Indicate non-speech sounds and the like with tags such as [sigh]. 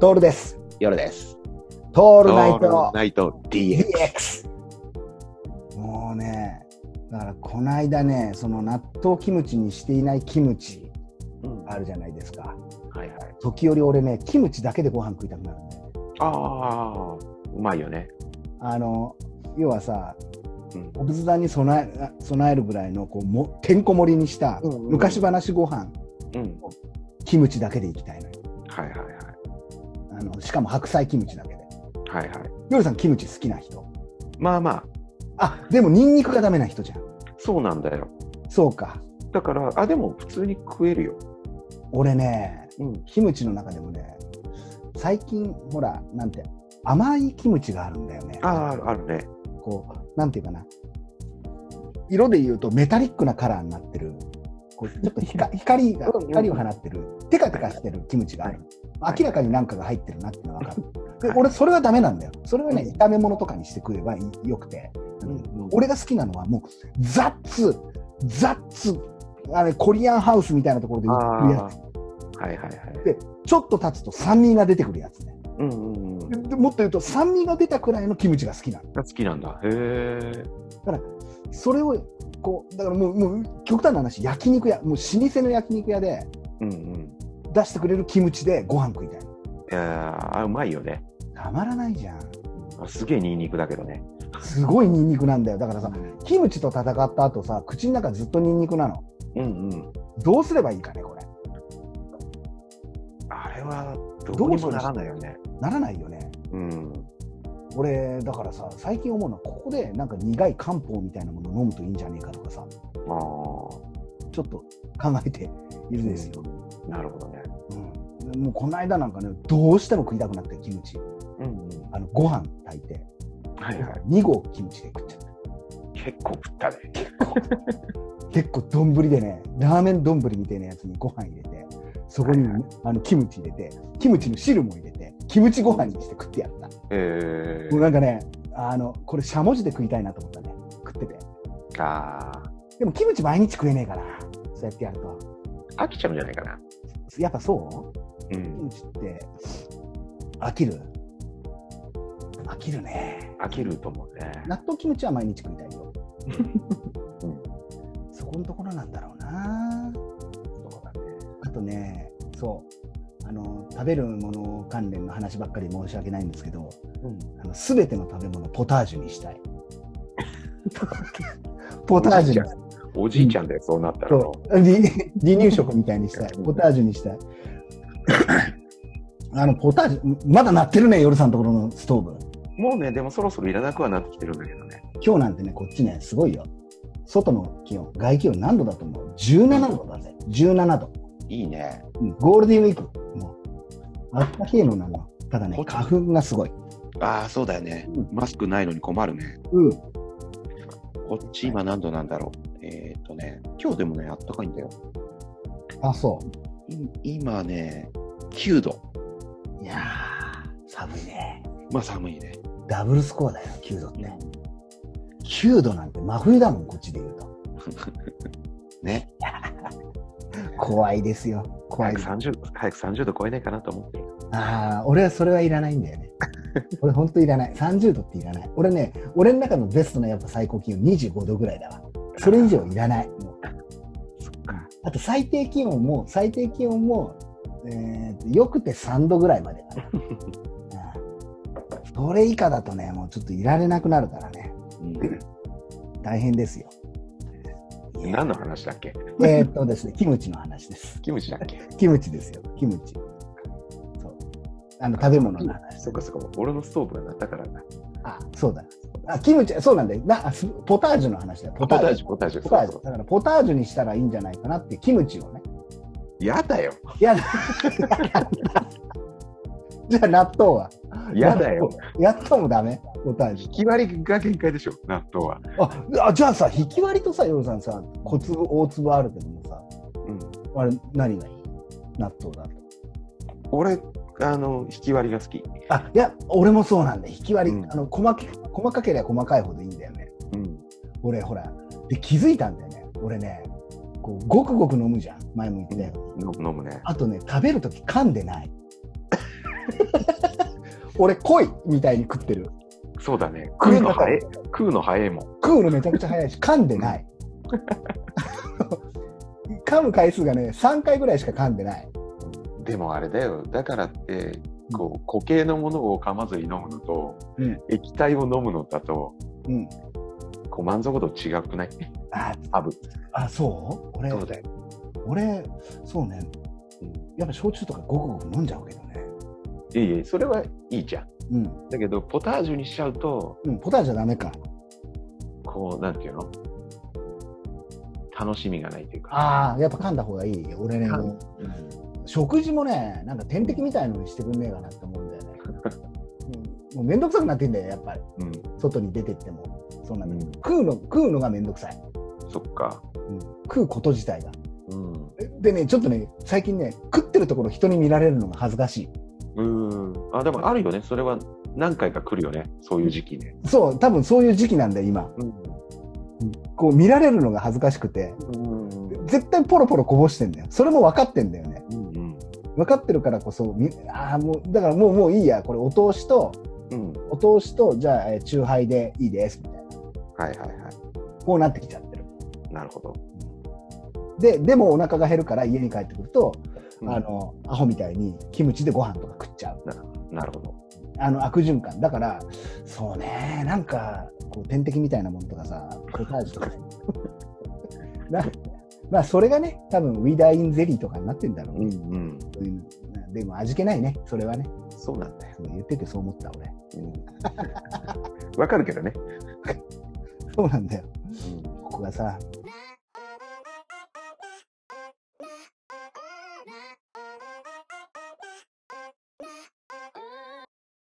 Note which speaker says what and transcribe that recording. Speaker 1: トールです。
Speaker 2: 夜です。
Speaker 1: ト
Speaker 2: オ
Speaker 1: ールナイト
Speaker 2: ナイト DX。
Speaker 1: DX。もうね、だからこの間ね、その納豆キムチにしていないキムチ
Speaker 2: うん
Speaker 1: あるじゃないですか。
Speaker 2: はいはい。
Speaker 1: 時折俺ね、キムチだけでご飯食いたくなるんだよね。
Speaker 2: ああ、うまいよね。
Speaker 1: あの、要はさ、
Speaker 2: うん
Speaker 1: お仏壇に備え備えるぐらいのこうもてんこ盛りにした
Speaker 2: うんうんうん
Speaker 1: 昔話ご飯、
Speaker 2: うん。
Speaker 1: キムチだけでいきたいのよ
Speaker 2: はいはいはい。
Speaker 1: あの。しかも白菜キムチだけで。
Speaker 2: はいはい。
Speaker 1: ヨルさんキムチ好きな人
Speaker 2: まあまあ、
Speaker 1: あでもニンニクがダメな人じゃん
Speaker 2: そうなんだよ。
Speaker 1: そうか
Speaker 2: だから、あ、でも普通に食えるよ。
Speaker 1: 俺ね
Speaker 2: うん。
Speaker 1: キムチの中でもね最近ほらなんて甘いキムチがあるんだよね
Speaker 2: ああ、あるね。
Speaker 1: こうなんていうかな色で言うとメタリックなカラーになってるこうちょっと光光が
Speaker 2: [laughs] うんうん
Speaker 1: 光を放ってるテカテカしてるキムチがある、
Speaker 2: はい
Speaker 1: 明らかに何かが入ってるなっていうのが分かる
Speaker 2: [laughs]
Speaker 1: で
Speaker 2: はい
Speaker 1: 俺それはダメなんだよそれはね
Speaker 2: うん
Speaker 1: 炒め物とかにして食えばいいよくて、
Speaker 2: うん
Speaker 1: 俺が好きなのはもうザッツザッツあれコリアンハウスみたいなところで
Speaker 2: ああ
Speaker 1: 売ってるやつ
Speaker 2: ー、はいはいはい。
Speaker 1: でちょっと経つと酸味が出てくるやつね
Speaker 2: うんうんうん。
Speaker 1: ででもっと言うと酸味が出たくらいのキムチが好きなの
Speaker 2: 好きなんだ。へえ。
Speaker 1: それをこうだからもうもう極端な話焼肉屋もう老舗の焼肉屋で
Speaker 2: うんうん。
Speaker 1: 出してくれるキムチでご飯食いたいの
Speaker 2: いやーあ、うまいよね。
Speaker 1: たまらないじゃん
Speaker 2: あすげえニンニクだけどね。
Speaker 1: すごいニンニクなんだよだからさキムチと戦った後さ口の中ずっとニンニクなの
Speaker 2: うんうん。
Speaker 1: どうすればいいかねこれ
Speaker 2: あれは、どうにもならないよね。
Speaker 1: ならないよね
Speaker 2: うん。
Speaker 1: 俺だからさ最近思うのはここでなんか苦い漢方みたいなもの飲むといいんじゃねえかとかさ
Speaker 2: ああ。
Speaker 1: ちょっと考えているんですよ、
Speaker 2: なるほどね。
Speaker 1: うんもうこの間なんかねどうしても食いたくなってキムチ
Speaker 2: うんうん。
Speaker 1: あのご飯炊いて
Speaker 2: はいはい。
Speaker 1: 2合キムチで食っちゃった
Speaker 2: 結構食ったね。
Speaker 1: 結構丼でねラーメン丼みたいなやつにご飯入れてそこに、
Speaker 2: はい
Speaker 1: あのキムチ入れてキムチの汁も入れてキムチご飯にして食ってやった、
Speaker 2: え
Speaker 1: もうなんかねあのこれしゃもじで食いたいなと思ったね食ってて
Speaker 2: ー、あ
Speaker 1: でもキムチ毎日食えねえからそうやってやると
Speaker 2: ー飽きちゃうんじゃないかな。
Speaker 1: やっぱそう
Speaker 2: う
Speaker 1: キ
Speaker 2: ん。
Speaker 1: ムチって飽きる飽きるね
Speaker 2: 飽きると思うね。
Speaker 1: 納豆キムチは毎日食いたいよ、
Speaker 2: う
Speaker 1: そこのところなんだろうな
Speaker 2: そうだね。
Speaker 1: あとねそうあの食べるもの関連の話ばっかり申し訳ないんですけど
Speaker 2: うん。
Speaker 1: あの全ての食べ物ポタージュにしたいポタージュにしたい
Speaker 2: おじいちゃんだよ、そうなったら。
Speaker 1: そう離離乳食みたいにしたいポタージュにしたいあのポタージュまだ鳴ってるね夜さんところのストーブ
Speaker 2: もうね、でもそろそろいらなくはなってきてるんだけどね。
Speaker 1: 今日なんてねこっちねすごいよ外の気温外気温何度だと思う17度だぜ17度
Speaker 2: いいね。
Speaker 1: うんゴールデンウィークもうあったけえのなのただね
Speaker 2: こっち
Speaker 1: 花粉がすごい
Speaker 2: ああ、そうだよね。マスクないのに困るね。
Speaker 1: うん
Speaker 2: こっち今何度なんだろう。えーっとね、今日でもね、あったかいんだよ。
Speaker 1: あそ
Speaker 2: い今ね、9度。
Speaker 1: ういやー寒いね
Speaker 2: まあ寒いね。
Speaker 1: ダブルスコアだよ9度って9度なんて真冬だもんこっちで言うと
Speaker 2: ね。
Speaker 1: 怖いですよ怖
Speaker 2: 早
Speaker 1: い
Speaker 2: く
Speaker 1: です
Speaker 2: 30度、早く30度超えないかなと思ってる。
Speaker 1: ああ、俺はそれはいらないんだよね。 [laughs] 俺本当いらない。30度っていらない。俺ね、俺の中のベストなやっぱ最高気温25度ぐらいだわ。それ以上いらない。もう
Speaker 2: そっか。
Speaker 1: あと最低気温も、最低気温も、えーとよくて3度ぐらいまでか
Speaker 2: [laughs]
Speaker 1: な。うんそれ以下だとね、もうちょっといられなくなるからね。大変ですよ。
Speaker 2: うん、何の話だっけ
Speaker 1: えーっとですね、キムチの話です。
Speaker 2: キムチだっけ
Speaker 1: キムチですよ、キムチ。そう。あの、食べ物の話。
Speaker 2: [laughs] そっかそっか、俺のストーブが鳴ったからな。
Speaker 1: あ、そうだ。あ、キムチ、そうなんだよ。なあすポタージュの話だよ。
Speaker 2: ポタージュ、ポタージュ。
Speaker 1: ポタージュ
Speaker 2: そうそ
Speaker 1: だからポタージュにしたらいいんじゃないかなって、キムチをね。
Speaker 2: うやだよ。
Speaker 1: いや、じゃあ納豆は。
Speaker 2: やだよ。。
Speaker 1: 納豆もダメ、ポタージ
Speaker 2: 引き割りが限界でしょ、納豆は。
Speaker 1: ュ。あ、あじゃあさ、引き割りとさ、ヨルさんさ、小粒、大粒あるけどもさ、
Speaker 2: うん、
Speaker 1: あれ、何がいい納豆だと。
Speaker 2: 俺、あの、引き割りが好き。
Speaker 1: あ、いや、俺もそうなんだよ。引き割り、
Speaker 2: うん
Speaker 1: あの細け、細かければ細かいほどいいんだよね。
Speaker 2: うん。
Speaker 1: 俺ほらで気づいたんだよね俺ねこうごくごく飲むじゃん前も言ったよ、
Speaker 2: 飲む飲むね。
Speaker 1: あとね食べる時噛んでない [laughs] 俺、濃いみたいに食ってる。
Speaker 2: そうだね。
Speaker 1: 食え
Speaker 2: 食う
Speaker 1: なかっ
Speaker 2: の
Speaker 1: た
Speaker 2: 早い。食うの早いもん。
Speaker 1: 食うのめちゃくちゃ早いし、噛んで
Speaker 2: [laughs]
Speaker 1: ない。 [laughs] 噛む回数がね、3回ぐらいしか噛んでない。
Speaker 2: でもあれだよ。だからって、こう、固形のものを噛まずに飲むのと、
Speaker 1: うん
Speaker 2: 液体を飲むのだと、
Speaker 1: うん。
Speaker 2: こう満足度違くない
Speaker 1: あ、
Speaker 2: 多分。
Speaker 1: あそう俺、
Speaker 2: だよ。
Speaker 1: 俺、そうね。やっぱ焼酎とかごくごく飲んじゃうけどね。
Speaker 2: いえいえ、それはいいじゃん。
Speaker 1: うん。
Speaker 2: だけど、ポタージュにしちゃうと、
Speaker 1: うん、ポタージュはダメか。
Speaker 2: こう、なんていうの楽しみがないというか。
Speaker 1: ああ、やっぱ噛んだ方がいい。俺ね、
Speaker 2: 噛む
Speaker 1: もう
Speaker 2: うん
Speaker 1: 食事もね、なんか点滴みたいのにしてくんねえかなって思うんだよ
Speaker 2: [laughs]
Speaker 1: ね。うんもうめんどくさくなってんだよ、やっぱり。
Speaker 2: うん。
Speaker 1: 外に出てっても。そんなの、
Speaker 2: うん
Speaker 1: 食うの、食うのがめんどくさい。
Speaker 2: そっか。
Speaker 1: うん、食うこと自体が。
Speaker 2: うん。
Speaker 1: でね、ちょっとね、最近ね、食ってるところ人に見られるのが恥ずかし
Speaker 2: うん。あ、でもあるよね。それは何回か来るよね。そういう時期ね。
Speaker 1: い。そう、多分そういう時期なんだよ、今。
Speaker 2: う
Speaker 1: こう見られるのが恥ずかしくて、
Speaker 2: ん。
Speaker 1: 絶対ポロポロこぼしてんだよ。それも分かってんだよね。
Speaker 2: うん。
Speaker 1: 分かってるからこそ、みああ、もう、だからもう、もういいや、これお通しと、
Speaker 2: うん。
Speaker 1: お通しと、じゃあ、えーチューハイでいいです、みたいな。
Speaker 2: はいはいはい。
Speaker 1: こうなってきちゃってる。
Speaker 2: なるほど。
Speaker 1: で、でもお腹が減るから家に帰ってくると、
Speaker 2: うん
Speaker 1: あの、アホみたいにキムチでご飯とか食っちゃう。
Speaker 2: なるほど。
Speaker 1: あの、悪循環。だから、そうね、なんか、こう、点滴みたいなものとかさ、ポタージュとかね。 [laughs] なまあ、それがね、多分ウィダーインゼリーとかになってんだろう
Speaker 2: う
Speaker 1: ね
Speaker 2: ん。うん。
Speaker 1: うんでも味気ないね、それはね。
Speaker 2: そうなんだよ。
Speaker 1: そう言っててそう思った、俺。 [laughs]
Speaker 2: わかるけどね。
Speaker 1: そうなんだよ。ここがさ、